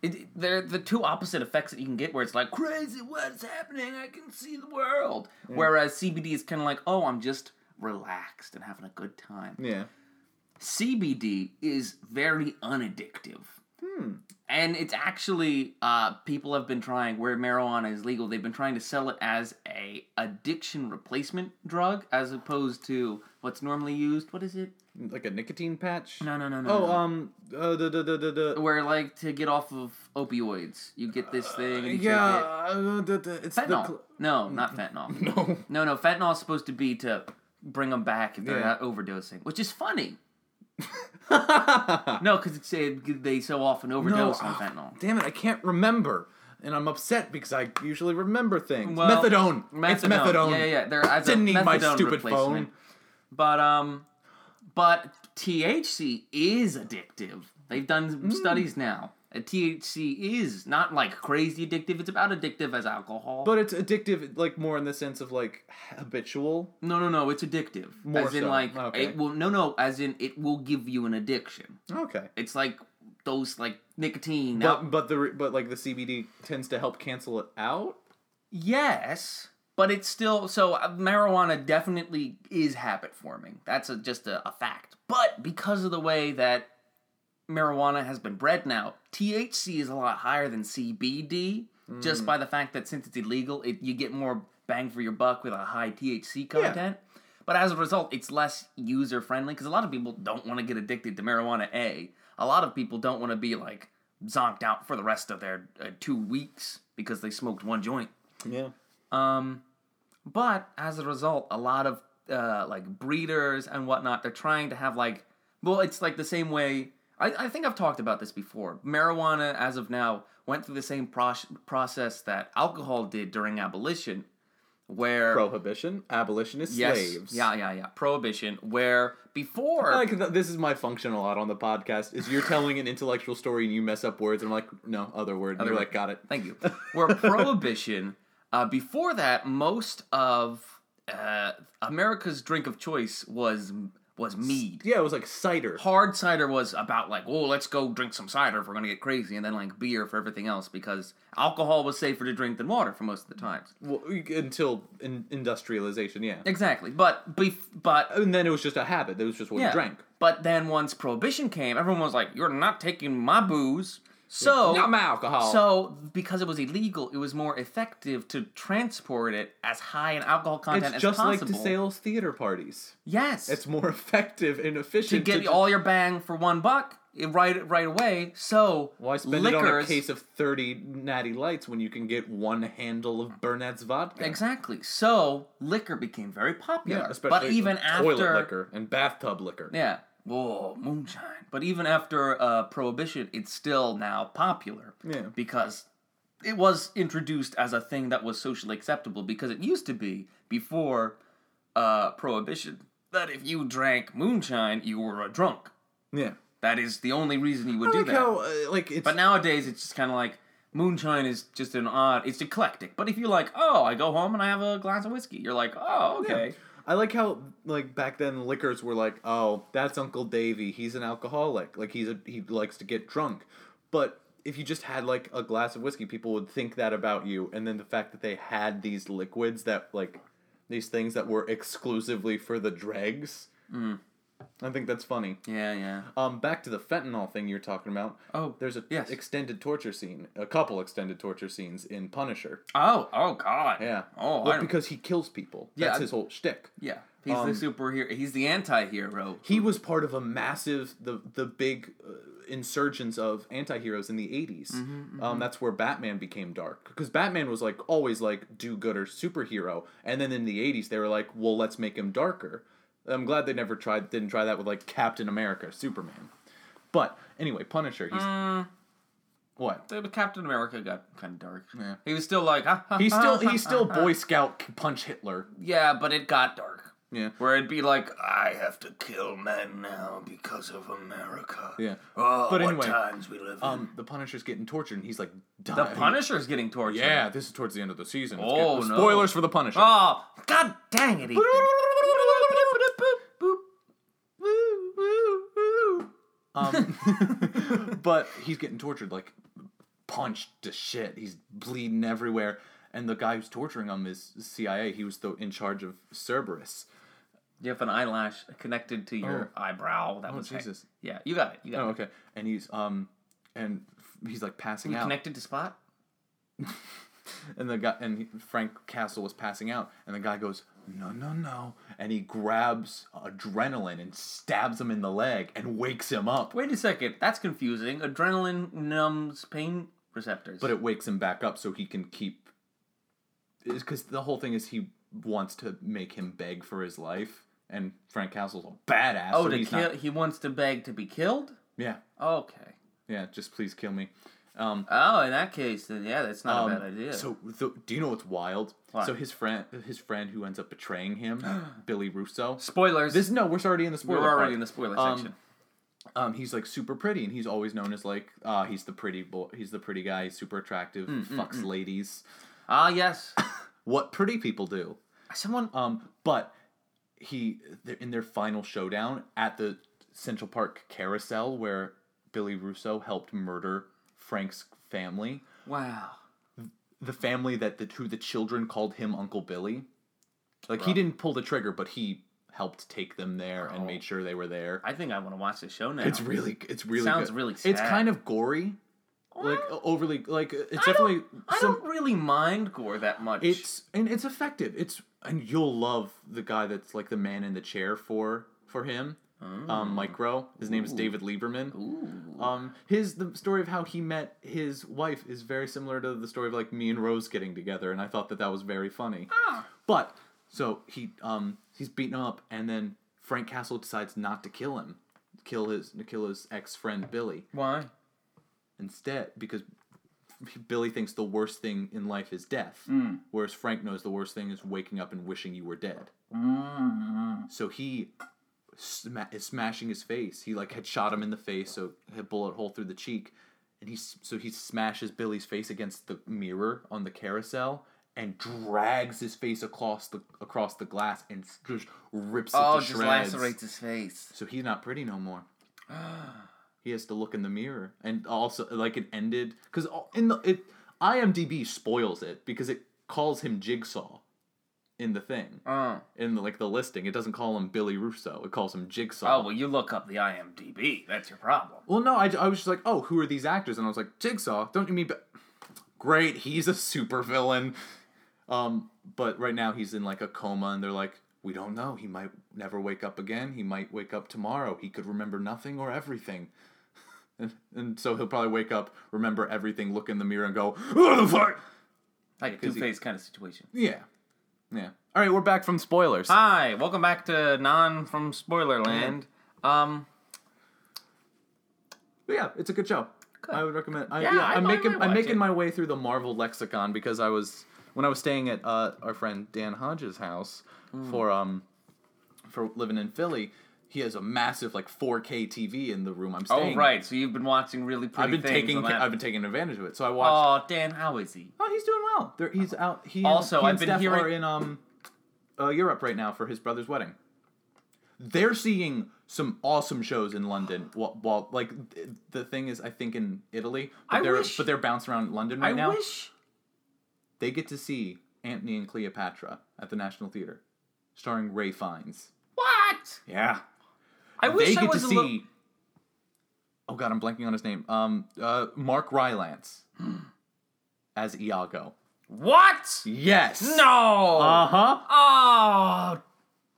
S2: it, they're the two opposite effects that you can get where it's like crazy what's happening i can see the world whereas cbd is kind of like oh i'm just relaxed and having a good time
S1: yeah.
S2: cbd is very unaddictive
S1: Hmm.
S2: and it's actually uh, people have been trying where marijuana is legal they've been trying to sell it as a addiction replacement drug as opposed to what's normally used what is it
S1: Like a nicotine patch?
S2: no no no no
S1: Oh,
S2: no.
S1: um, uh, the, the, the, the, the.
S2: where like to get off of opioids you get this thing and you take
S1: Yeah,
S2: it.
S1: uh, the, the, Mm-hmm. it's
S2: Fentanyl.
S1: the.
S2: no, not fentanyl.
S1: Cl- no.
S2: No, no, fentanyl is supposed to be to bring them back if they're
S1: Yeah.
S2: not overdosing, which is funny. no, because it's uh, they so often overdose
S1: ah,
S2: on fentanyl.
S1: Damn it, I can't remember. And I'm upset because I usually remember things.
S2: Well,
S1: methadone. It's methadone.
S2: Yeah, yeah, yeah. They're as
S1: Didn't
S2: a
S1: need
S2: methadone
S1: my stupid
S2: replacement.
S1: phone.
S2: But um, but THC is addictive. They've
S1: Hmm.
S2: done studies now. Uh, THC is not like crazy addictive. It's about addictive as alcohol.
S1: But it's addictive, like more in the sense of like habitual.
S2: No, no, no. It's addictive.
S1: More
S2: as in,
S1: so.
S2: like,
S1: Okay.
S2: it will. No, no. As in, it will give you an addiction.
S1: Okay. Uh,
S2: It's like those, like nicotine. al-
S1: But but the but like the CBD tends to help cancel it out.
S2: yes, but it's still so. uh, Marijuana definitely is habit forming. That's a, just a, a fact. But because of the way that marijuana has been bred now, THC is a lot higher than CBD. Just by the fact that since it's illegal, it, you get more bang for your buck with a high THC content. But as a result, it's less user friendly because a lot of people don't want to get addicted to marijuana. A, a lot of people don't want to be like zonked out for the rest of their uh, two weeks because they smoked one joint.
S1: Yeah.
S2: Um, but as a result, a lot of uh, like breeders and whatnot, they're trying to have like, well, it's like the same way. I, I think I've talked about this before. Marijuana, as of now, went through the same pros- process that alcohol did during abolition, where
S1: Prohibition, abolitionist
S2: yes,
S1: slaves.
S2: yeah, yeah, yeah, prohibition, where before
S1: Like th- this is my function a lot on the podcast. Is you're telling an intellectual story and you mess up words, and I'm like, no, other word. And
S2: Other
S1: you're
S2: word.
S1: like, got it.
S2: Thank you. Where prohibition, uh, before that, most of uh, America's drink of choice was was mead.
S1: Yeah, it was like cider.
S2: Hard cider was about like, oh, let's go drink some cider if we're gonna get crazy, and then like beer for everything else because alcohol was safer to drink than water for most of the times.
S1: Well, until in- industrialization. Yeah.
S2: Exactly, but bef- but
S1: And then it was just a habit. That was just what you Oh, drank.
S2: But then once prohibition came, everyone was like, "You're not taking my booze." So
S1: Not my alcohol.
S2: So because it was illegal, it was more effective to transport it as high in alcohol
S1: It's
S2: content as
S1: just like
S2: possible.
S1: to sales theater parties.
S2: yes,
S1: It's more effective and efficient
S2: to get
S1: ju-
S2: all your bang for one buck eh, right right away. So
S1: Why spend
S2: liquors,
S1: it on a case of 30 natty lights when you can get one handle of Burnett's vodka?
S2: exactly. So liquor became very popular,
S1: Yeah,
S2: but
S1: especially
S2: even
S1: toilet
S2: after
S1: liquor and bathtub liquor.
S2: yeah. Whoa, moonshine. But even after uh, Prohibition, it's still now popular.
S1: Yeah.
S2: Because it was introduced as a thing that was socially acceptable because it used to be, before uh, Prohibition, that if you drank moonshine, you were a drunk.
S1: Yeah.
S2: That is the only reason you would
S1: I
S2: do
S1: like
S2: that.
S1: how, uh, like, it's.
S2: But nowadays, it's just kind of like moonshine is just an odd, it's eclectic. But if you're like, oh, I go home and I have a glass of whiskey, you're like, oh,
S1: yeah.
S2: okay.
S1: I like how, like, back then liquors were like, oh, that's Uncle Davy. He's an alcoholic. Like, he's a, he likes to get drunk. But if you just had, like, a glass of whiskey, people would think that about you. And then the fact that they had these liquids that, like, these things that were exclusively for the dregs.
S2: Mm.
S1: I think that's funny.
S2: Yeah, yeah.
S1: Um, back to the fentanyl thing you were talking about.
S2: Oh,
S1: there's a
S2: yes.
S1: extended torture scene, a couple extended torture scenes in Punisher.
S2: Oh, oh, God.
S1: Yeah.
S2: Oh,
S1: well,
S2: I don't-
S1: because he kills people.
S2: Yeah,
S1: That's
S2: I-
S1: his whole shtick.
S2: Yeah, he's the
S1: Um,
S2: superhero. He's the anti-hero.
S1: He was part of a massive the the big uh, insurgence of anti-heroes in the 80s. Um, that's where Batman became dark because Batman was like always like do-gooder superhero, and then in the 80s they were like, well, let's make him darker. I'm glad they never tried didn't try that with like Captain America, Superman. But anyway, Punisher, he's What?
S2: The Captain America got kind of dark.
S1: Yeah.
S2: He was still like, ha, ha,
S1: He's
S2: ha,
S1: still
S2: ha,
S1: he's
S2: ha,
S1: still
S2: ha.
S1: Boy Scout c- punch Hitler.
S2: Yeah, but it got dark.
S1: Yeah.
S2: Where it'd be like,
S5: I have to kill men now because of America.
S1: Yeah.
S5: Oh,
S1: But
S5: what
S1: anyway,
S5: times we live in.
S1: Um, the Punisher's getting tortured, and he's like, Die.
S2: the Punisher's getting tortured.
S1: Yeah, this is towards the end of the season. It's
S2: Oh,
S1: good.
S2: no.
S1: Spoilers for the Punisher.
S2: Oh, god dang it, Ethan.
S1: Um, but he's getting tortured, like punched to shit. He's bleeding everywhere, and the guy who's torturing him is CIA. He was the in charge of Cerberus.
S2: You have an eyelash connected to your eyebrow. That was
S1: Oh. Jesus.
S2: Yeah, you got it. You got
S1: Oh,
S2: it.
S1: okay. And he's um, and he's like passing out.
S2: Connected to spot?
S1: and the guy and he- Frank Castle was passing out, and the guy goes, "No, no, no!" and he grabs adrenaline and stabs him in the leg and wakes him up.
S2: Wait a second. That's confusing. Adrenaline numbs pain receptors.
S1: But it wakes him back up so he can keep. Because the whole thing is he wants to make him beg for his life, and Frank Castle's a badass.
S2: oh,
S1: so
S2: to
S1: he's
S2: kill.
S1: Not,
S2: He wants to beg to be killed.
S1: yeah,
S2: Okay.
S1: yeah. Just please kill me. Um,
S2: Oh, in that case, then yeah, that's not
S1: Um,
S2: a bad idea.
S1: So, the, do you know what's wild?
S2: What?
S1: So his friend, his friend who ends up betraying him, Billy Russo.
S2: spoilers.
S1: This no, we're already in the spoiler.
S2: We're already
S1: part.
S2: in the spoiler
S1: Um,
S2: section.
S1: Um, he's like super pretty, and he's always known as like uh, he's the pretty boy. He's the pretty guy, super attractive,
S2: Mm,
S1: fucks ladies.
S2: Ah, yes.
S1: What pretty people do.
S2: Someone.
S1: Um, but he they're in their final showdown at the Central Park Carousel where Billy Russo helped murder Frank's family,
S2: Wow.
S1: the family that the who the children called him Uncle Billy. Like he didn't pull the trigger, but he helped take them there and made sure they were there.
S2: Oh. I think I want to watch the show now.
S1: It's really, it's really
S2: Sounds
S1: good.
S2: really
S1: It's
S2: sad.
S1: kind of gory, like overly, like it's
S2: I
S1: definitely.
S2: don't- I
S1: some-
S2: don't really mind gore that much.
S1: It's and it's effective. It's and you'll love the guy that's like the man in the chair for for him. Um, Micro. His name is David Lieberman. Um, his the story of how he met his wife is very similar to the story of like me and Rose getting together, and I thought that that was very funny. But so he um he's beaten up, and then Frank Castle decides not to kill him, kill his kill his ex friend Billy
S2: why?
S1: instead because Billy thinks the worst thing in life is death,
S2: Hmm.
S1: whereas Frank knows the worst thing is waking up and wishing you were dead.
S2: Mm-hmm.
S1: So he sma- is smashing his face. He like had shot him in the face, so a bullet hole through the cheek, and he s- so he smashes Billy's face against the mirror on the carousel and drags his face across the across the glass and s- just rips it
S2: Oh,
S1: to
S2: just
S1: shreds.
S2: lacerates his face.
S1: So he's not pretty no more. he has to look in the mirror, and also like it ended because in the it IMDb spoils it because it calls him Jigsaw in the thing
S2: Oh.
S1: in the, like the listing. It doesn't call him Billy Russo. It calls him Jigsaw.
S2: Oh well, you look up the IMDb. That's your problem.
S1: well, no, I, I was just like, oh, who are these actors? And I was like, Jigsaw. Don't you mean? Bi- Great, he's a supervillain. Um, but right now he's in like a coma, and they're like, we don't know. He might never wake up again. He might wake up tomorrow. He could remember nothing or everything. And, and so he'll probably wake up, remember everything, look in the mirror, and go, "Who the fuck?"
S2: Like a two faced kind of situation.
S1: Yeah, yeah. All right, we're back from spoilers.
S2: Hi, welcome back to Non from Spoilerland. Um,
S1: But yeah, it's a good show. I would recommend. I, yeah,
S2: Yeah, I
S1: I'm
S2: might
S1: making I'm
S2: watch
S1: making
S2: it.
S1: my way through the Marvel lexicon because I was when I was staying at uh, our friend Dan Hodges' house
S2: Mm.
S1: for um for living in Philly. He has a massive like 4K TV in the room I'm
S2: oh
S1: staying.
S2: right, so you've been watching really pretty
S1: I've been
S2: things
S1: taking
S2: on that.
S1: I've been taking advantage of it. So I watched.
S2: Oh, Dan, how is he?
S1: oh, he's doing well. There, he's out. He and-
S2: Uh, Also,
S1: he and
S2: I've been
S1: Steph
S2: hearing-
S1: are in um uh, Europe right now for his brother's wedding. They're seeing some awesome shows in London. While, while like th- the thing is, I think in Italy, but
S2: I
S1: they're
S2: wish-
S1: but they're bouncing around London right
S2: I
S1: now.
S2: wish.
S1: They get to see Antony and Cleopatra at the National Theater, starring Ray Fiennes.
S2: What?
S1: Yeah,
S2: I wish
S1: they
S2: I
S1: get to
S2: was
S1: see.
S2: a little.
S1: Oh god, I'm blanking on his name. Um, uh, Mark Rylance as Iago.
S2: What?
S1: Yes.
S2: No.
S1: Uh
S2: Uh-huh.
S1: huh.
S2: oh,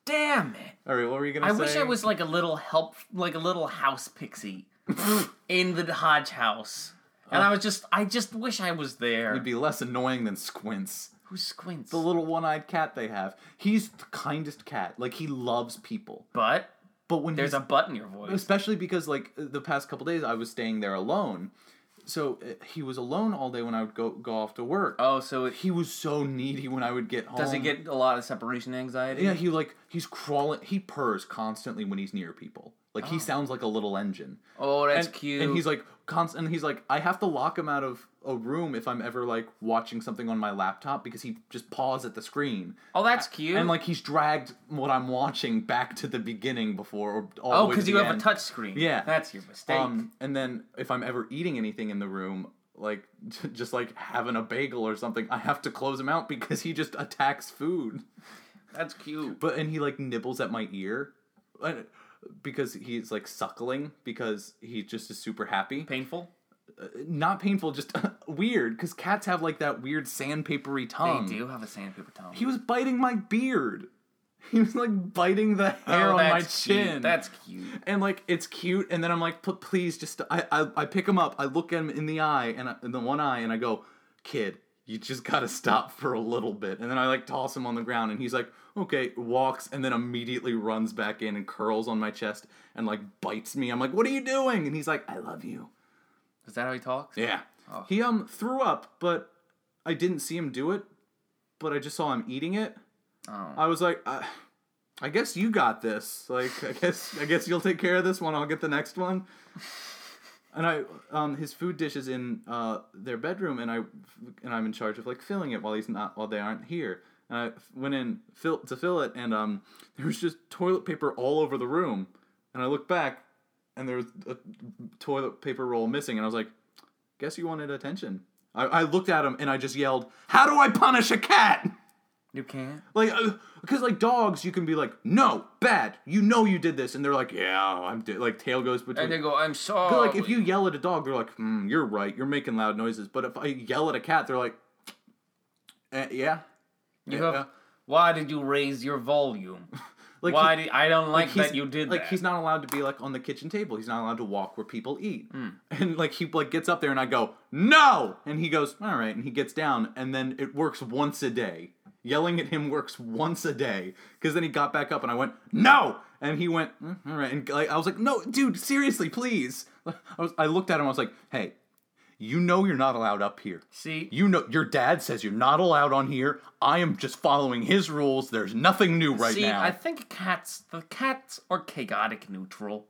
S2: damn it!
S1: All right, what were you gonna
S2: I
S1: say?
S2: wish I was like a little help, like a little house pixie in the Hodge house,
S1: Uh.
S2: and I was just, I just wish I was there.
S1: It'd be less annoying than Squints,
S2: Who squints?
S1: the little one-eyed cat they have. He's the kindest cat. Like he loves people.
S2: But
S1: But when
S2: there's
S1: he's-
S2: a butt in your voice.
S1: especially because like the past couple days I was staying there alone. so uh, he was alone all day when I would go go off to work.
S2: Oh, so it,
S1: he was so needy when I would get home.
S2: does he get a lot of separation anxiety?
S1: Yeah, he like he's crawling. He purrs constantly when he's near people. Like he sounds like a little engine.
S2: Oh, that's
S1: and,
S2: cute.
S1: And he's like constant. And he's like, I have to lock him out of a room if I'm ever like watching something on my laptop because he just paws at the screen.
S2: oh, that's cute.
S1: And like he's dragged what I'm watching back to the beginning before or all
S2: oh,
S1: because
S2: because you have a touch screen.
S1: Yeah.
S2: that's your mistake.
S1: Um, and then if I'm ever eating anything in the room, like just like having a bagel or something, I have to close him out because he just attacks food.
S2: that's cute.
S1: But and he like nibbles at my ear, uh, because he's like suckling because he just is super happy.
S2: Painful.
S1: Not painful, just weird because cats have like that weird sandpapery tongue.
S2: they do have a sandpaper tongue.
S1: He was biting my beard. He was like biting the hair
S2: Oh,
S1: on my
S2: that's cute.
S1: chin.
S2: That's cute.
S1: and like it's cute and then i'm like "P- please just I, I i pick him up i look him in the eye and I, in the one eye and i go kid you just gotta stop for a little bit and then i like toss him on the ground and he's like okay walks and then immediately runs back in and curls on my chest and like bites me i'm like what are you doing and he's like i love you
S2: Is that how he talks?
S1: yeah he um threw up but i didn't see him do it but i just saw him eating it
S2: Oh.
S1: I was like, I, I guess you got this. Like, I guess I guess you'll take care of this one. I'll get the next one. And I, um, his food dish is in uh, their bedroom, and I, and I'm in charge of like filling it while he's not while they aren't here. And I f- went in fill, to fill it, and um, there was just toilet paper all over the room. And I looked back, and there was a toilet paper roll missing, and I was like, "Guess you wanted attention." I, I looked at him, and I just yelled, "How do I punish a cat?"
S2: You can't.
S1: Like, because like dogs, you can be like, no, bad. You know you did this, and they're like, yeah, I'm di-. like tail goes between.
S2: And they go, I'm sorry.
S1: But, like if you yell at a dog, they're like, hmm, you're right, you're making loud noises. But if I yell at a cat, they're like, eh, yeah, eh,
S2: You have- why did you raise your volume?
S1: like
S2: why
S1: he-
S2: did I don't like,
S1: he's-
S2: that you did
S1: like
S2: that.
S1: he's not allowed to be like on the kitchen table. He's not allowed to walk where people eat.
S2: Hmm.
S1: And like he like gets up there and I go, "No!" And he goes, "All right." And he gets down and then it works once a day. Yelling at him works once a day cuz then he got back up and I went, "No!" And he went, "Mm, "All right." And like I was like, "No, dude, seriously, please." I was I looked at him I was like, "Hey, you know you're not allowed up here.
S2: See?
S1: You know your dad says you're not allowed on here. I am just following his rules. There's nothing new right
S2: See,
S1: now."
S2: I think cats the cats are chaotic neutral.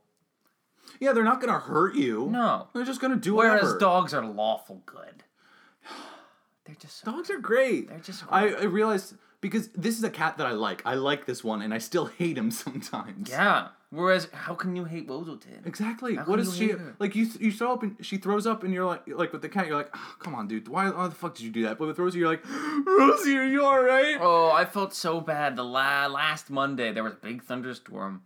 S1: Yeah, they're not gonna hurt you.
S2: No.
S1: they're just gonna do
S2: Whereas
S1: whatever.
S2: dogs are lawful good. They're just so
S1: dogs are great. They're
S2: just
S1: I,
S2: great.
S1: I realized because this is a cat that I like. I like this one, and I still hate him sometimes.
S2: Yeah. Whereas how can you hate Wozelton?
S1: Exactly.
S2: How
S1: what
S2: can
S1: is
S2: you
S1: she
S2: hate her?
S1: like? You you throw up and she throws up, and you're like like with the cat, you're like, oh, come on, dude, why, why the fuck did you do that? But with Rosie, you're like, Rosie, are you all right?
S2: Oh, I felt so bad. The la- last Monday there was a big thunderstorm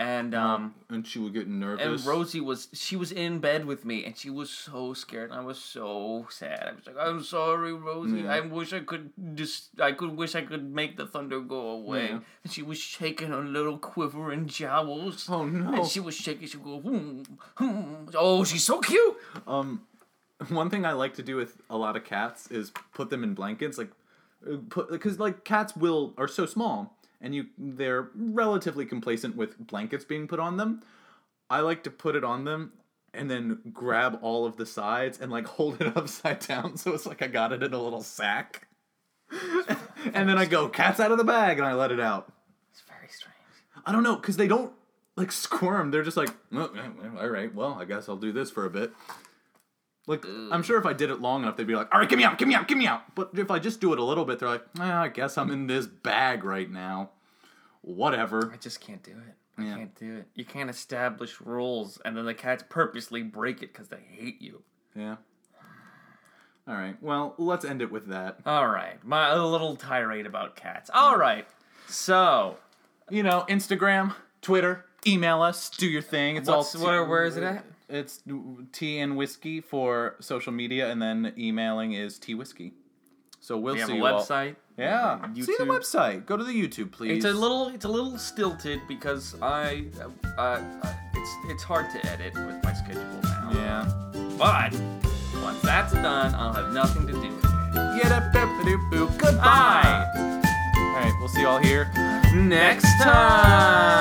S2: and um
S1: And she would get nervous.
S2: and Rosie was she was in bed with me and she was so scared and I was so sad. I was like, I'm sorry, Rosie. I wish I could just I could wish I could make the thunder go away.
S1: Yeah.
S2: And she was shaking her little quivering jowls.
S1: Oh, no.
S2: And she was shaking. She would go, hmm, hmm. oh, she's so cute.
S1: one thing I like to do with a lot of cats is put them in blankets, like uh, put because like cats will are so small and you they're relatively complacent with blankets being put on them. I like to put it on them and then grab all of the sides and like hold it upside down so it's like I got it in a little sack. and then I go cats out of the bag and I let it out.
S2: It's very strange.
S1: I don't know because they don't like squirm. They're just like, "Oh, yeah, well, all right, well, I guess I'll do this for a bit. Like, I'm sure if I did it long enough, they'd be like, all right, give me out, give me out, give me out. But if I just do it a little bit, they're like, "Ah, I guess I'm in this bag right now. Whatever.
S2: I just can't do it. I can't do it. You can't establish rules, and then the cats purposely break it because they hate you.
S1: Yeah. All right. Well, let's end it with that.
S2: All right, my little tirade about cats. All right, so
S1: You know, Instagram, Twitter, email us, do your thing. It's
S2: what's,
S1: all.
S2: what are, where is it at?
S1: It's tea and whiskey for social media, and then emailing is tea whiskey. So we'll
S2: We have a
S1: see you all-
S2: website.
S1: Yeah. See the
S2: YouTube.
S1: website. Go to the YouTube, please.
S2: It's a little, it's a little stilted because I, uh, uh, it's it's hard to edit with my schedule now.
S1: Yeah.
S2: But once that's done, I'll have nothing to do with it.
S1: Yidda-bip-a-doop-boop. Goodbye.
S2: Bye.
S1: All right. We'll see you all here.
S2: Next time.